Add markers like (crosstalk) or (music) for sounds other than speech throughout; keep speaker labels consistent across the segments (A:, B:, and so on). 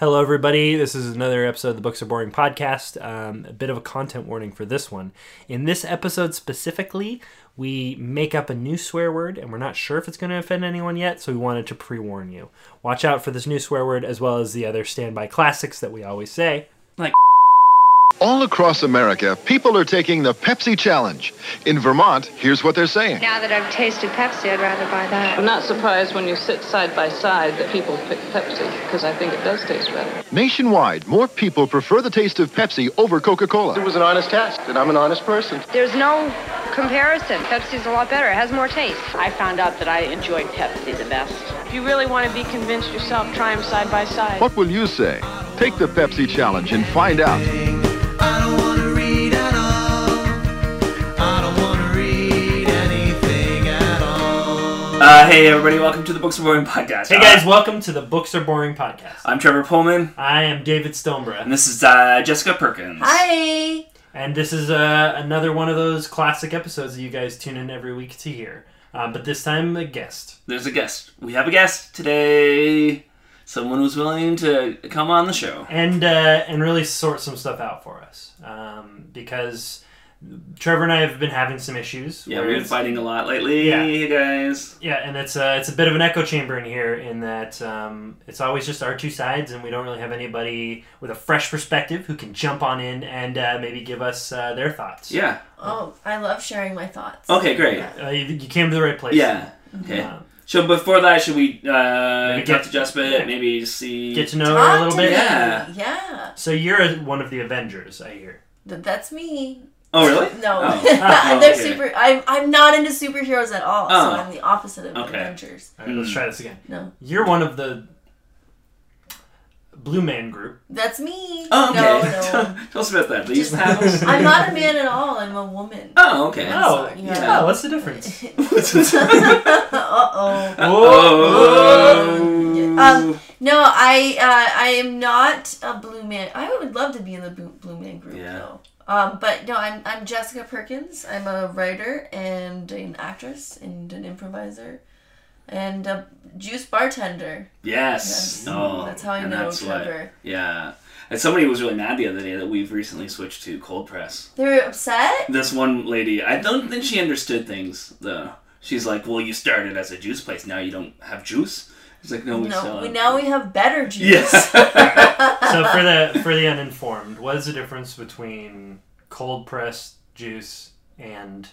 A: Hello, everybody. This is another episode of the Books Are Boring podcast. Um, a bit of a content warning for this one. In this episode specifically, we make up a new swear word, and we're not sure if it's going to offend anyone yet, so we wanted to pre warn you. Watch out for this new swear word as well as the other standby classics that we always say.
B: All across America, people are taking the Pepsi challenge. In Vermont, here's what they're saying.
C: Now that I've tasted Pepsi, I'd rather buy that.
D: I'm not surprised when you sit side by side that people pick Pepsi because I think it does taste better.
B: Nationwide, more people prefer the taste of Pepsi over Coca
E: It
B: Cola.
E: was an honest test, and I'm an honest person.
C: There's no comparison. Pepsi's a lot better. It has more taste.
F: I found out that I enjoyed Pepsi the best.
D: If you really want to be convinced yourself, try them side by side.
B: What will you say? Take the Pepsi challenge and find out.
G: I don't wanna read at all. I don't wanna read anything at all.
H: Uh, hey everybody, welcome to the Books of Boring podcast. Uh,
A: Hey, guys, welcome to the Books Are Boring podcast.
H: I'm Trevor Pullman,
A: I am David
H: and
A: Stonebreath,
H: this is uh, Jessica Perkins.
A: Hi! And this is uh, another one of those classic episodes that you guys tune in every week to hear. Um, but this time, a guest.
H: There's a guest. We have a guest today. Someone who's willing to come on the show.
A: and uh, and really sort some stuff out for us um, because Trevor and I have been having some issues.
H: Yeah,
A: where
H: we've been
A: it's-
H: fighting a lot lately,
A: Yeah.
H: you guys.
A: Yeah, and it's a it's a bit of an echo chamber in here in that um, it's always just our two sides, and we don't really have anybody with a fresh perspective who can jump on in and uh, maybe give us uh, their thoughts.
H: Yeah.
I: Oh, I love sharing my thoughts.
H: Okay, great.
A: Uh, you, you came to the right place.
H: Yeah. Okay.
A: Uh,
H: So before that, should we uh,
A: Maybe
H: talk
A: get-
H: to Jess a bit? Maybe see.
A: Get to know her
I: Talk
A: a little
I: to
A: bit.
I: me.
H: Yeah.
I: Yeah.
A: So you're a- one of the Avengers, I hear.
I: Th- that's me.
H: oh, really?
I: (laughs) No.
H: Oh. Oh,
I: They're
H: okay.
I: super. I'm, I'm not into superheroes at all,
H: Oh.
I: so I'm the opposite of
H: Okay.
I: Avengers.
A: All
H: Mm.
A: right, let's try this again.
I: No.
A: You're one of the Blue Man group.
I: That's me.
H: Oh, okay. (laughs)
I: No, no.
H: Tell us about that. These (laughs)
I: Just-
H: novels.
I: I'm not a man at all. I'm a woman. (laughs)
H: Oh, okay.
A: Oh,
I: sorry.
A: yeah.
I: Yeah.
A: Oh, what's the difference? (laughs)
H: (laughs)
I: uh oh.
H: Oh.
I: Um, no, I uh, I am not a blue man. I would love to be in the blue, blue man group
H: Yeah.
I: though. Um, but no, I'm I'm Jessica Perkins. I'm a writer and an actress and an improviser, and a juice bartender.
H: Yes.
I: Yes.
H: No.
I: That's how I
H: and
I: know
H: that's what-
I: Trevor.
H: yeah. And somebody was really mad the other day that we've recently switched to cold press.
I: They're upset.
H: This one lady, I don't think she understood things though. She's like, "Well, you started as a juice place. Now you don't have juice." It's like, "No, we
I: No,
H: sell."
I: we,
H: it."
I: now we have better juice.
H: Yeah. (laughs)
A: so for the for the uninformed, what is the difference between cold pressed juice and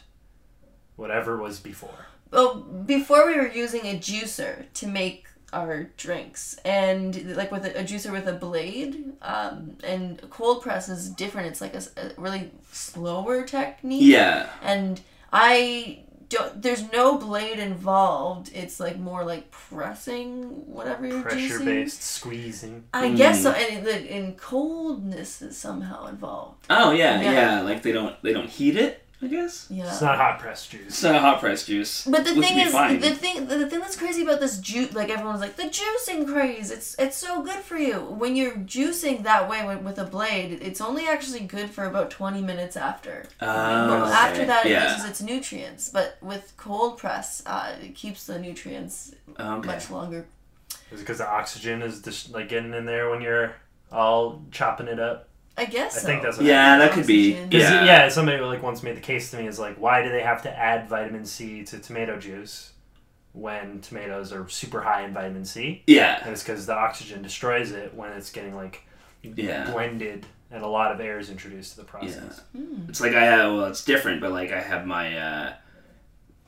A: whatever was before?
I: Well, before we were using a juicer to make our drinks, and like with a, a juicer with a blade, um, and cold press is different. It's like a, s- a really slower technique.
H: yeah.
I: And I don't. There's no blade involved. It's like more like pressing whatever you're
A: Pressure
I: juicing.
A: based squeezing.
I: I
H: Hmm.
I: guess so, and the and coldness is somehow involved.
H: Oh yeah, yeah,
I: Yeah.
H: Like they don't they don't heat it. I guess
I: Yeah.
A: It's not hot pressed
H: it's
A: juice.
H: not hot press juice.
I: But the
H: which
I: thing
H: would be
I: is,
H: fine.
I: the thing, the thing that's crazy about this juice, like everyone's like the juicing craze. It's it's so good for you when you're juicing that way with, with a blade. It's only actually good for about twenty minutes after.
H: Oh,
I: Well, after
H: okay.
I: that, it
H: yeah.
I: loses its nutrients. But with cold press, uh, it keeps the nutrients
H: okay.
I: much longer.
A: Is it because the oxygen is just like getting in there when you're all chopping it up?
I: I guess.
A: I
I: so.
A: think that's what
H: Yeah, that could be.
I: Oxygen.
A: 'Cause,
H: Yeah.
A: yeah. somebody like once made the case to me is like, why do they have to add vitamin C to tomato juice when tomatoes are super high in vitamin C?
H: Yeah.
A: And it's because the oxygen destroys it when it's getting like
H: Yeah.
A: blended and a lot of air is introduced to the
H: Yeah.
A: process.
H: It's like I have, well, it's different, but like I have my uh,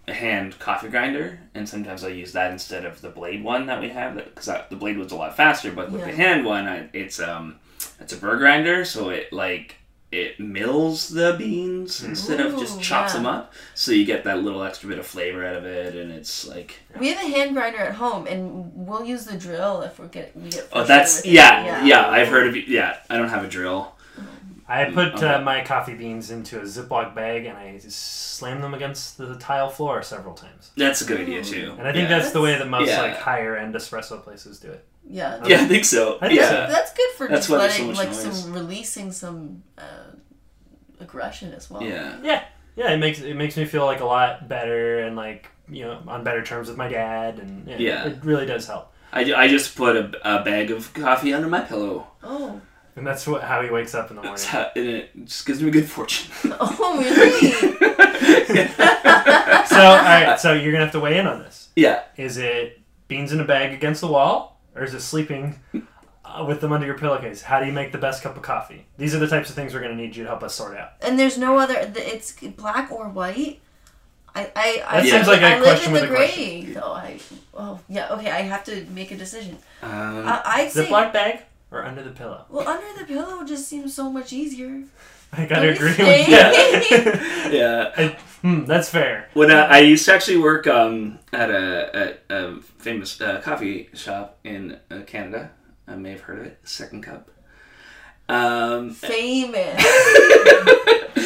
H: hand coffee grinder, and sometimes I use that instead of the blade one that we have, because the blade was a lot faster. But with the
I: Yeah.
H: hand one, I, it's um, it's a burr grinder, so it like it mills the beans instead of just
I: Ooh,
H: chops
I: yeah.
H: them up, so you get that little extra bit of flavor out of it, and it's like
I: We have a hand grinder at home, and we'll use the drill if we get we get.
H: oh,
I: frustrated
H: that's
I: with it.
H: yeah, yeah, I've heard of yeah. I don't have a drill.
A: I put uh,
H: okay.
A: my coffee beans into a Ziploc bag and I slammed them against the tile floor several times.
H: That's a good idea too.
A: And I think
H: yeah.
A: that's the way that most
H: Yeah.
A: like higher end espresso places do it.
I: Yeah.
H: yeah, I think so.
A: I think
H: yeah.
A: so.
I: That's good for
H: That's
I: just
H: why there's so
I: letting,
H: much
I: like,
H: noise.
I: some releasing some uh, aggression as well.
H: Yeah.
A: Yeah, yeah. It makes it makes me feel like a lot better and like you know on better terms with my dad and yeah,
H: Yeah.
A: it really does help.
H: I, ju- I just put a, a bag of coffee under my pillow.
I: Oh. (laughs)
A: And that's what how he wakes up in the
H: (laughs)
A: morning.
H: That's how- and it just gives me good fortune. (laughs)
I: Oh, really?
A: so all right, so you're gonna have to weigh in on this.
H: yeah.
A: Is it beans in a bag against the wall, or is it sleeping uh, with them under your pillowcase? How do you make the best cup of coffee? These are the types of things we're gonna need you to help us sort out.
I: and there's no other. th- It's black or white. I I I,
A: That seems
I: I,
A: like a
I: I
A: question
I: live
A: with
I: in
A: a
I: the
A: question.
I: gray. So I. Oh yeah. Okay. I have to make a decision.
H: Um,
I: I, I'd say.
A: Ziploc bag or under the pillow? (laughs)
I: Well, under the pillow just seems so
H: (laughs)
I: much easier.
A: I gotta
I: Don't you
A: agree with
I: think?
A: you.
H: yeah.
A: hmm, that's fair.
H: When uh, I, I used to actually work um, at a, a, a famous uh, coffee shop in uh, Canada, I may have heard of it. Second Cup. Um,
I: Famous.
H: But we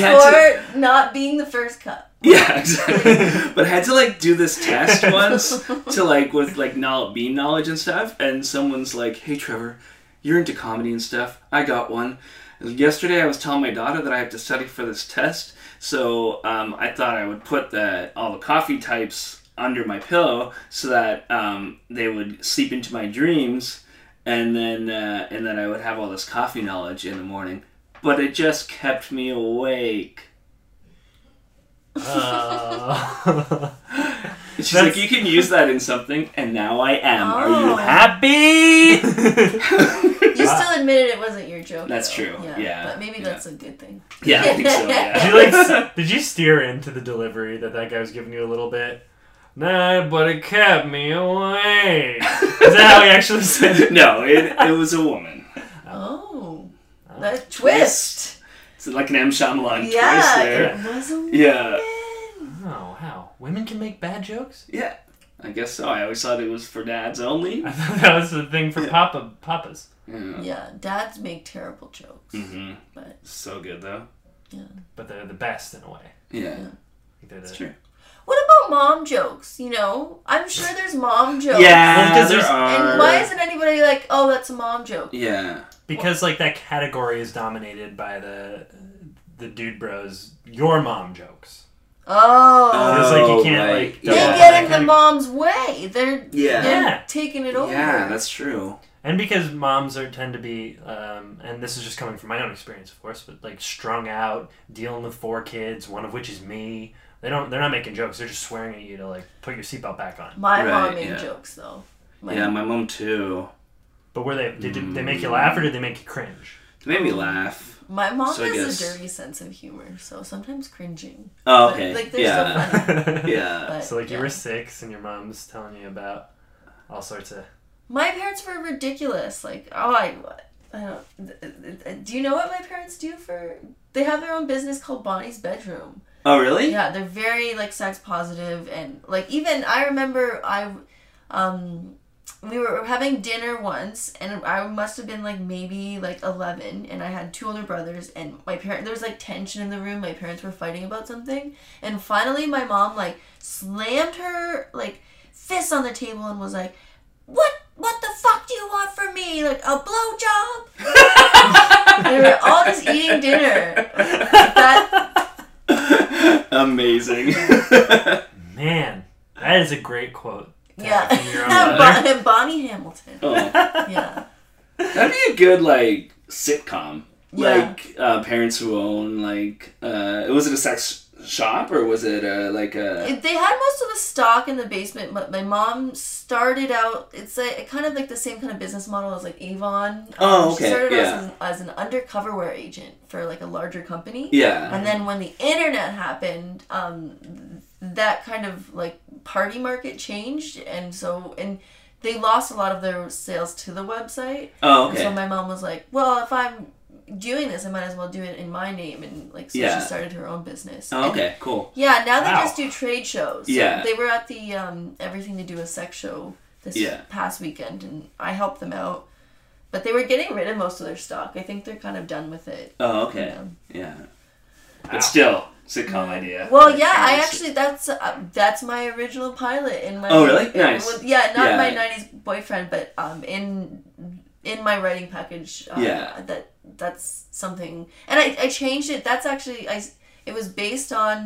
I: Famous
H: had to-
I: for not being the first cup.
H: yeah, exactly. but I had to like do this test once to like with like knowledge, bean knowledge and stuff. And someone's like, "Hey, Trevor, you're into comedy and stuff. I got one." Yesterday, I was telling my daughter that I have to study for this test, so um, I thought I would put the, all the coffee types under my pillow so that um, they would seep into my dreams, and then uh, and then I would have all this coffee knowledge in the morning. But it just kept me awake.
A: Uh, (laughs)
H: She's
A: That's-
H: like, you can use that in something, and now I am. Are you
I: Oh.
H: happy?
A: (laughs)
I: You still admitted it wasn't your joke.
H: Ah. That's
I: though.
H: true, yeah,
I: But maybe
H: yeah.
I: that's a good thing.
H: yeah, I think so.
A: did (laughs)
H: Yeah.
A: you like? s- (laughs) Did you steer into the delivery that that guy was giving you a little bit? Nah, but it kept me away. (laughs) Is that how he actually said it?
H: no, it, it was a woman.
I: Oh. That twist.
H: It's like an M. Shyamalan twist
I: Yeah.
H: there.
I: It was a
H: Yeah.
I: win.
A: Oh wow, women can make bad jokes.
H: Yeah, I guess so. I always thought it was for dads only.
A: I thought (laughs) that was the thing for Papa Papas.
H: Yeah.
I: Yeah. Dads make terrible jokes.
H: hmm
I: But
H: So good though.
A: but they're the best in a way.
H: Yeah,
A: They're the,
H: that's true.
I: what about mom jokes? You know? I'm sure there's mom jokes.
A: Well,
H: Yeah,
A: because
H: there
A: there's-
H: are.
I: And why isn't anybody like, oh, that's a mom joke?
H: Yeah,
A: Because like that category is dominated by the the dude bros your mom jokes.
I: Oh.
A: It's like
H: Oh,
A: you can't
H: right.
A: like
H: They
I: they
A: double that
I: get in the
A: kind of-
I: mom's way. They're,
H: Yeah.
I: they're
A: Yeah.
I: taking it over.
H: yeah, that's true.
A: and because moms are tend to be um, and this is just coming from my own experience of course, but like strung out, dealing with four kids, one of which is me. They don't they're not making jokes, they're just swearing at you to like put your seatbelt back on.
I: My
H: Right,
I: mom made
H: yeah.
I: jokes though. My
H: Yeah, my mom too.
A: But were they did, did they make you laugh or did they make you cringe?
H: It made
I: Oh.
H: me laugh.
I: My mom
H: So I
I: has
H: guess-
I: a dirty sense of humor, so sometimes cringing.
H: Oh, okay.
I: But, like they're
H: yeah.
I: so funny.
H: (laughs) yeah.
I: But,
A: (laughs) so like you
I: yeah.
A: were six and your mom's telling you about all sorts of
I: My parents were ridiculous. Like, oh, I, I don't. Do you know what my parents do for? They have their own business called Bonnie's Bedroom.
H: Oh, really?
I: Yeah, they're very like sex positive and like even I remember I, um, we were having dinner once and I must have been like maybe like eleven and I had two older brothers and my parent there was like tension in the room. My parents were fighting about something and finally my mom like slammed her like fist on the table and was like, "What? What the fuck do you want from me? Like a blowjob?" (laughs) and we were all just eating dinner. That
H: Amazing.
I: (laughs)
A: Man, that is a great quote.
I: Yeah.
A: from
I: (laughs)
A: your own mother.
I: Bon- Bonnie Hamilton. (laughs)
H: oh.
I: Yeah.
H: That'd be a good like sitcom.
I: Yeah.
H: Like uh, parents who own like uh, was it a sex shop or was it uh, like a
I: It- They had most of the stock in the basement, but my mom started out. It's like kind of like the same kind of business model as like Avon. Um,
H: Oh,
I: She
H: okay,
I: started
H: yeah.
I: out as, an, as an undercoverware agent for like a larger company.
H: yeah
I: And then when the internet happened, um, th- that kind of like party market changed, and so and they lost a lot of their sales to the website.
H: oh
I: And so
H: okay
I: my mom was like, "Well, if I'm doing this, I might as well do it in my name." And like, so
H: Yeah.
I: she started her own business.
H: oh,
I: And-
H: okay cool
I: yeah, now they
A: Wow.
I: just do trade shows. So
H: Yeah.
I: They were at the um, everything to do with sex show this
H: Yeah.
I: past weekend, and I helped them out. But they were getting rid of most of their stock. I think they're kind of done with it.
H: oh okay yeah but still sitcom idea
I: Mm. Well,
H: Like,
I: yeah, I
H: parents-
I: actually that's uh, that's my original pilot in my.
H: Oh, really?
I: in-
H: Nice.
I: with- yeah, not
H: Yeah.
I: my '90s boyfriend, but um, in in my writing package. Uh,
H: Yeah.
I: That that's something, and I I changed it. That's actually I. s- It was based on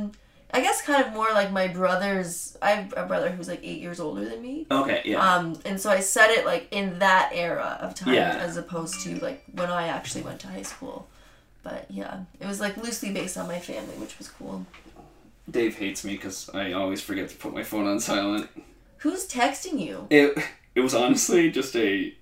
I: I guess kind of more like my brother's. I have a brother who's like eight years older than me.
H: Okay, yeah.
I: Um, and so I said it like in that era of time
H: Yeah.
I: as opposed to like when I actually went to high school. But yeah, it was like loosely based on my family, which was cool.
H: Dave hates me because I always forget to put my phone on silent.
I: Who's texting you?
H: It it was honestly just a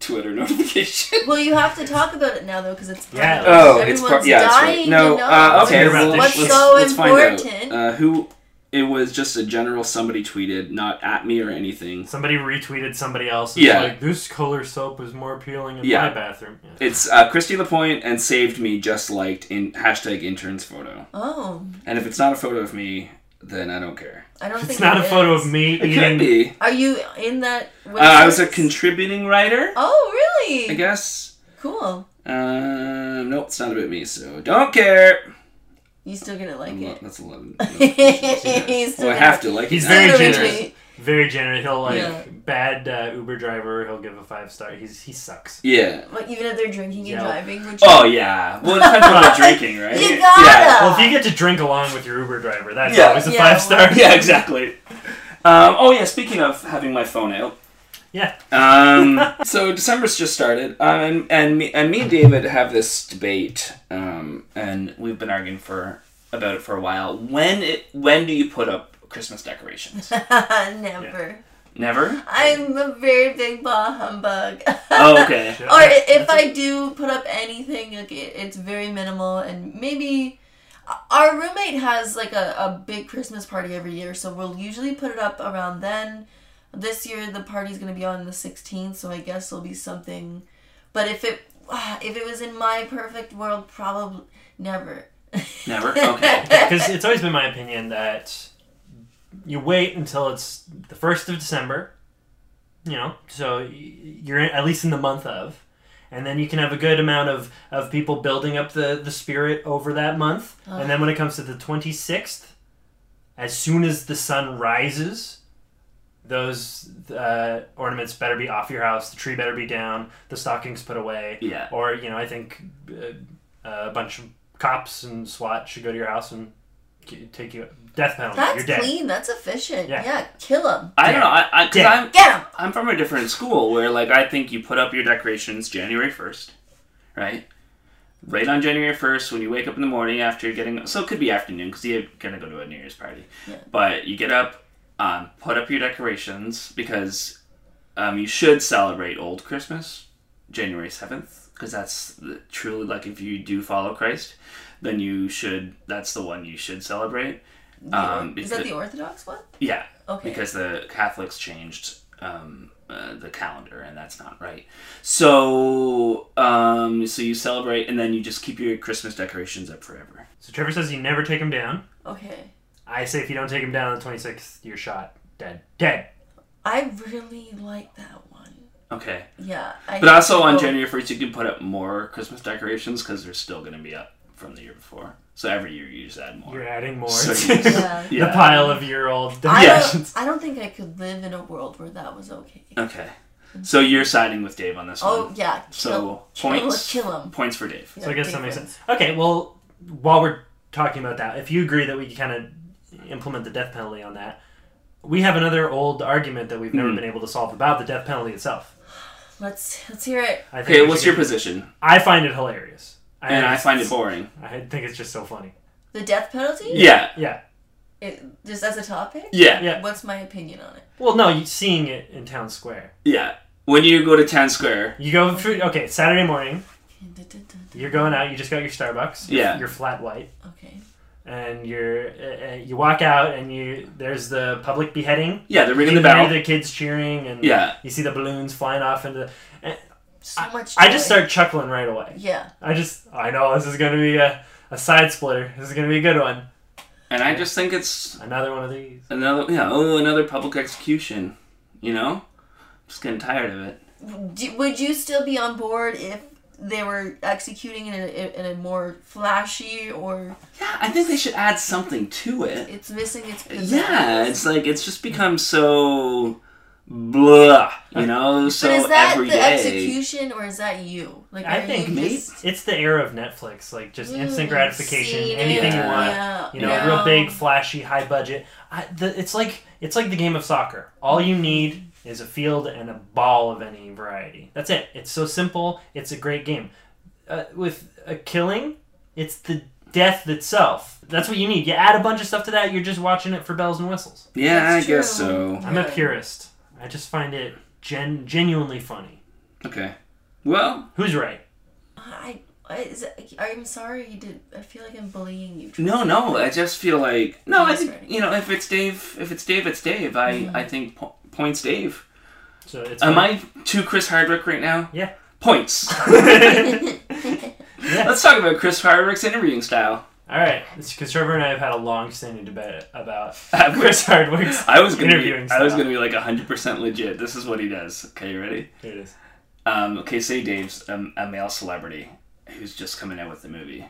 H: Twitter (laughs) notification.
I: Well, you have to talk about it now though, because it's
A: Yeah.
I: public.
H: Oh, it's
I: Everyone's
H: part, yeah, that's
I: dying
H: right. No,
I: to know.
H: uh, okay.
A: hear about
H: well,
A: this.
H: let's,
A: What's
I: so
H: let's find out.
I: important?
H: Uh, who? It was just a general. Somebody tweeted, not at me or anything.
A: Somebody retweeted somebody else.
H: Yeah.
A: yeah. Like this color soap is more appealing in
H: Yeah.
A: my bathroom. Yeah.
H: It's uh, Christy Lapointe and saved me just liked in hashtag interns photo.
I: Oh,
H: And if it's not a photo of me, then I don't care.
I: I don't think
A: It's not a
I: it
A: photo
I: is.
A: of me
H: It
A: eating.
H: could be.
I: Are you in that?
H: Uh, I was a
I: website?
H: contributing writer,
I: Oh,
H: I
I: really?
H: guess.
I: Cool.
H: Uh, nope, it's not about me, so don't care.
I: You still gonna like
H: Ele-
I: it? (laughs)
H: That's eleven.
I: He's
H: well, I have to like. it
A: He's
H: now.
A: very
I: Still gonna
A: generous.
I: retweet.
A: Very generous. He'll like
I: Yeah.
A: bad uh, Uber driver. He'll give a five star. He's he sucks.
H: Yeah.
I: Like even if they're drinking
A: Yeah.
I: and driving, which
H: Oh yeah. Well, it depends on
I: (laughs)
H: what they're drinking, right?
I: you
H: Yeah.
I: gotta.
A: Well, if you get to drink along with your Uber driver, that's
H: Yeah.
A: always a
I: Yeah,
A: five star.
H: (laughs) Yeah, exactly. Um, oh yeah. Speaking of having my phone out.
A: (laughs) Yeah.
H: Um, so December's just started, um, and and me, and me and David have this debate, um, and we've been arguing for about it for a while. When it when do you put up Christmas decorations?
I: (laughs) Never.
H: Never.
I: I'm a very big bah humbug.
H: Oh,
I: (laughs)
H: okay.
I: or i- if I do put up anything, like it, it's very minimal and maybe our roommate has like a, a big Christmas party every year, so we'll usually put it up around then. This year the party's gonna be on the 16th, so I guess it'll be something. But if it ah, if it was in my perfect world, probably never.
H: Never. Okay.
A: (laughs) Because it's always been my opinion that you wait until it's the first of December, you know, so y- you're in, at least in the month of, and then you can have a good amount of, of people building up the, the spirit over that month. And then when it comes to the 26th, as soon as the sun rises, those uh, ornaments better be off your house. The tree better be down. The stockings put away.
H: Yeah.
A: Or you know, I think uh, a bunch of cops and SWAT should go to your house and ki- take you death penalty.
I: That's
A: You're dead.
I: clean. That's efficient.
A: Yeah.
I: Yeah, kill him.
H: I don't know. I, I cause
A: Yeah.
H: I'm
I: Get him.
H: I'm from a different school where like I think you put up your decorations January first, right? Right on January first, when you wake up in the morning after getting so it could be afternoon because you're gonna go to a New Year's party, but you get up, um, put up your decorations because um, you should celebrate Old Christmas, January seventh, because that's the, truly like if you do follow Christ, then you should that's the one you should celebrate. Um,
I: Is that
H: becau-
I: the Orthodox one?
H: yeah.
I: Okay.
H: Because the Catholics changed um, uh, the calendar, and that's not right. So, um, so you celebrate, and then you just keep your Christmas decorations up forever.
A: So Trevor says you never take him down.
I: Okay.
A: I say if you don't take him down on the 26th, you're shot. Dead. Dead.
I: I really like that one.
H: Okay.
I: Yeah. I
H: But also on
I: Oh,
H: January first, you can put up more Christmas decorations because they're still going to be up from the year before. So every year you just add more.
A: You're adding more.
H: So
A: to
H: you (laughs) just-
I: (laughs) Yeah.
A: The pile of your old
I: I
A: decorations.
I: don't, I don't think I could live in a world where that was okay.
H: Okay. So you're siding with Dave on this
I: Oh
H: one.
I: yeah, kill,
H: So
I: kill,
H: points.
I: kill him.
H: Points for Dave.
A: So I guess that makes sense. Okay, well, while we're talking about that, if you agree that we kind of implement the death penalty on that, we have another old argument that we've never
H: Hmm.
A: been able to solve about the death penalty itself.
I: Let's let's hear it.
A: I think
H: Okay.
A: we
H: What's
A: should
H: your
A: get-
H: position?
A: I find it hilarious.
H: And I find it boring.
A: I think it's just so funny.
I: The death penalty.
H: Yeah.
A: Yeah,
I: It, just as a topic.
H: Yeah.
A: yeah.
I: What's my opinion on it?
A: Well, no, you seeing it in town square.
H: Yeah. When you go to town square,
A: You go through. Okay, Saturday morning. You're going out. You just got your Starbucks. your-
H: Yeah.
A: Your flat white.
I: Okay.
A: And you're uh, uh, you walk out and you there's the public beheading.
H: yeah, they're ringing
A: You
H: the
A: hear
H: bell.
A: the kids cheering and
H: Yeah.
A: you see the balloons flying off into. and
I: So much.
A: I just
I: joy.
A: start chuckling right away.
I: Yeah.
A: I just I know this is gonna be a, a side splitter. This is gonna be a good one.
H: and I just think it's
A: Another one of these.
H: another, yeah, oh, another public execution. You know, I'm just getting tired of it.
I: Do, would you still be on board if they were executing in a, in a more flashy or
H: Yeah, I think they should add something to it.
I: it's missing its pizzazz?
H: Yeah, it's like it's just become so blah, you know. So
I: but is that
H: every
I: the
H: day-
I: execution or is that you? Like,
A: I
I: are
A: think
I: you
H: maybe-
I: just-
A: It's the era of Netflix, like just instant
I: Mm,
A: gratification,
I: seen
A: anything
I: it,
A: you want.
I: yeah,
A: You know,
I: no.
A: real big, flashy, high budget. I, the, it's like it's like the game of soccer. All
I: Mm-hmm.
A: you need is a field and a ball of any variety. That's it. It's so simple. It's a great game. Uh, with a killing, it's the death itself. That's what you need. You add a bunch of stuff to that, you're just watching it for bells and whistles.
H: Yeah,
I: That's
H: I guess
I: true.
H: so.
A: I'm a
I: Right.
A: purist. I just find it gen- genuinely funny.
H: Okay. Well,
A: Who's right?
I: I, I is it, I'm sorry. You did. I feel like I'm bullying you.
H: no, no. I just feel like no. I
I: He's
H: think
I: right. Mm-hmm.
H: you know if it's Dave, if it's Dave, it's Dave. I I think po- points Dave.
A: So it's
H: Am I too Chris Hardwick right now?
A: Yeah.
H: Points.
A: (laughs)
I: (laughs)
H: Let's talk about Chris Hardwick's interviewing
A: (laughs)
H: style.
A: All right, because Trevor and I have had a long-standing debate about (laughs)
H: Uh,
A: Chris (laughs) Hardwick's
H: (laughs) I was gonna be,
A: interviewing
H: I was
A: style.
H: gonna be like hundred percent legit. This is what he does. Okay, you ready?
A: Here it is.
H: Um, okay, say Dave's um, a male celebrity who's just coming out with the movie.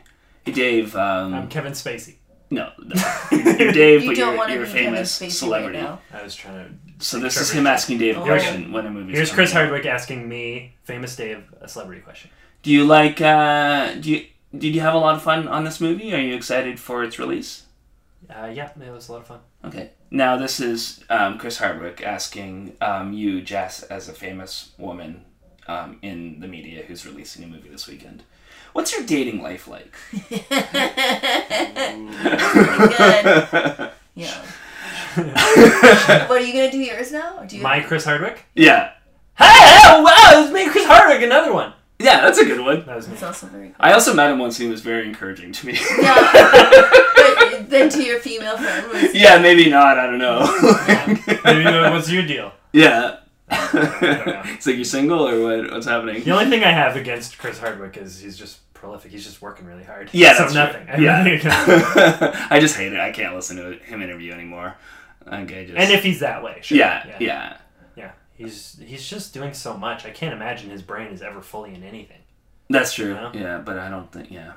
H: Hey, Dave. Um,
A: I'm Kevin Spacey. (laughs)
H: no, no. you're Dave,
I: You
H: but
I: don't
H: you're,
I: want to
H: you're a
I: be Kevin
H: famous
I: Spacey
H: celebrity.
I: right
H: (laughs)
I: now.
A: I was trying to.
H: So this is
A: Trevor.
H: him asking Dave a
I: Oh.
H: question when a movie's
A: Here's
H: coming
A: Chris
H: out.
A: Hardwick asking me, famous Dave, a celebrity question.
H: Do you like? Uh, do you did you have a lot of fun on this movie? Are you excited for its release?
A: Uh, yeah, it was a lot of fun.
H: Okay. Now this is um, Chris Hardwick asking um, you, Jess, as a famous woman um, in the media who's releasing a movie this weekend. What's your dating life like?
I: Good. Yeah. what are you gonna do yours now? Or do you
A: My Chris Hardwick.
H: (laughs) Yeah,
A: Hey! Oh, wow! It's me, Chris Hardwick. Another one.
H: yeah, that's a good one.
A: That was me.
I: It's also very good.
H: I also met him once, and he was very encouraging to me.
I: Yeah. but then to your female friend
H: (laughs)
I: was
H: yeah, maybe not. I don't know.
A: Maybe, uh, What's your deal?
H: (laughs) yeah.
A: know.
H: (laughs) it's like you're single or what? What's happening?
A: The only thing I have against Chris Hardwick is he's just prolific. He's just working really hard.
H: Yeah,
A: so
H: that's
A: nothing. (laughs)
H: true.
A: I really don't.
H: Yeah. (laughs) I just hate it. I can't listen to him interview anymore. Like, I just
A: and if he's that way, sure.
H: yeah, yeah,
A: yeah, yeah. He's he's just doing so much. I can't imagine his brain is ever fully in anything.
H: that's true.
A: know?
H: Yeah, but I don't think yeah.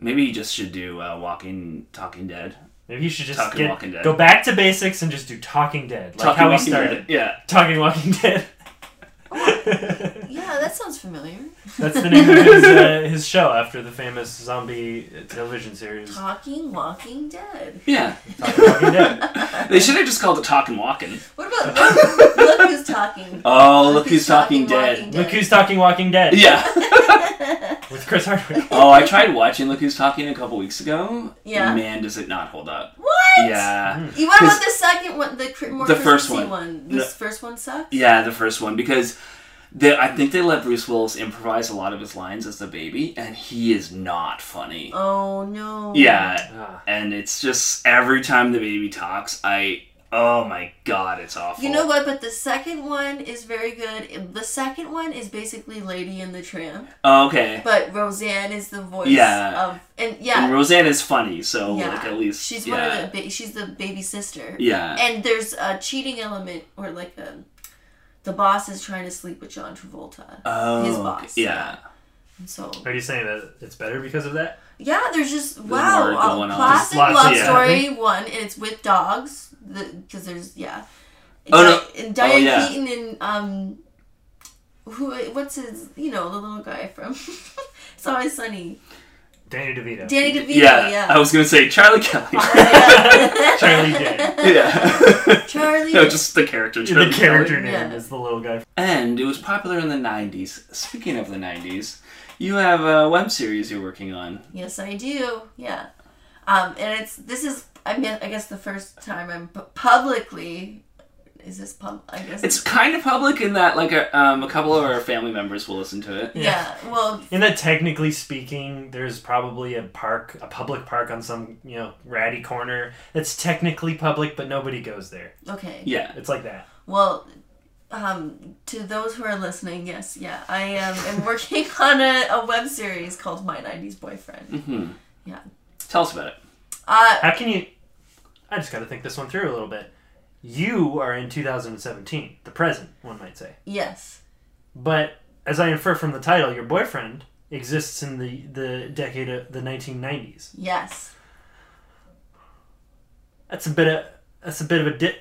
H: Maybe you just should do uh, Walking Talking Dead.
A: Maybe you should just
H: Talking
A: get-
H: Walking Dead.
A: go back to basics and just do Talking Dead, like
H: Talking
A: how we
H: Walking Dead.
A: started.
H: Yeah.
A: Talking Walking (laughs) Dead.
I: Yeah, that sounds familiar.
A: That's the name of his, uh, his show after the famous zombie uh, television series
I: Talking Walking Dead.
H: Yeah.
A: Talking Walking Dead.
H: They should have just called it Talking Walking. (laughs)
I: What about look, look who's talking?
H: Oh, look who's talking
I: Walking
H: dead.
A: Look who's talking Walking Dead
H: Yeah. (laughs)
A: with Chris Hardwick.
H: Oh, I tried watching Look Who's Talking a couple weeks ago.
I: Yeah.
H: Man, does it not hold up.
I: What?
H: Yeah.
I: You- What about
H: 'Cause-
I: the second one? The cr- more
H: The first
I: Christmassy
H: one.
I: This
H: No.
I: first one sucks.
H: Yeah, the first one because they, I think they let Bruce Willis improvise a lot of his lines as the baby, and he is not funny.
I: Oh no.
H: Yeah,
A: Ah.
H: and it's just every time the baby talks, I oh my god, it's awful.
I: You know what? But the second one is very good. The second one is basically Lady and the Tramp,
H: Oh, Okay,
I: but Roseanne is the voice
H: Yeah.
I: of and
H: and
I: yeah,
H: Roseanne is funny, so
I: yeah.
H: like at least
I: she's
H: yeah.
I: one of the ba- she's the baby sister.
H: Yeah.
I: And there's a cheating element or like a the boss is trying to sleep with John Travolta.
H: Oh,
I: his
H: okay,
I: boss.
H: Yeah,
I: So
A: Are you saying that it's better because of that?
I: yeah, there's just
H: more
I: wow, a
H: going on.
I: classic
A: Lots of-
I: love
A: yeah.
I: story one, and it's with dogs. Because there's yeah.
H: Oh, no.
I: Di- and Diane
H: Oh, yeah.
I: Keaton and um, who? What's his? You know, the little guy from. (laughs) it's always sunny.
A: Danny DeVito.
I: Danny DeVito.
H: yeah,
I: Yeah.
H: I was (laughs) gonna say Charlie
I: (laughs)
H: Kelly. (laughs)
A: Charlie Day.
I: (laughs)
H: yeah,
I: Charlie.
H: no, just the character. Charlie
A: The character
H: Kelly.
A: name
I: Yeah.
A: is the little guy.
H: And it was popular in the '90s. Speaking of the '90s, you have a web series you're working on.
I: Yes, I do. Yeah. Um, and it's this is I mean I guess the first time I'm pu- publicly. Is this pub? I guess
H: It's kind of public in that like a, um, a couple of our family members will listen to it.
I: yeah. Well,
A: In that, technically speaking, there's probably a park, a public park on some you know ratty corner that's technically public, but nobody goes there.
I: okay.
H: Yeah.
A: It's like that.
I: Well, um, to those who are listening, yes, yeah, I um, am working (laughs) on a, a web series called My 90s Boyfriend.
H: Hmm.
I: Yeah.
H: Tell us about it.
I: Uh,
A: How can you? I just got to think this one through a little bit. You are in 2017, the present, one might say.
I: yes.
A: But as I infer from the title, your boyfriend exists in the, the decade of the 1990s.
I: Yes.
A: That's a bit of that's a bit of a di-